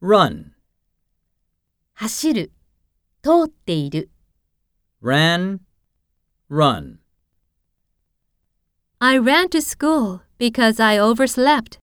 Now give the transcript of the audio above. run, 走る、通っている。 ran, run. I ran to school because I overslept.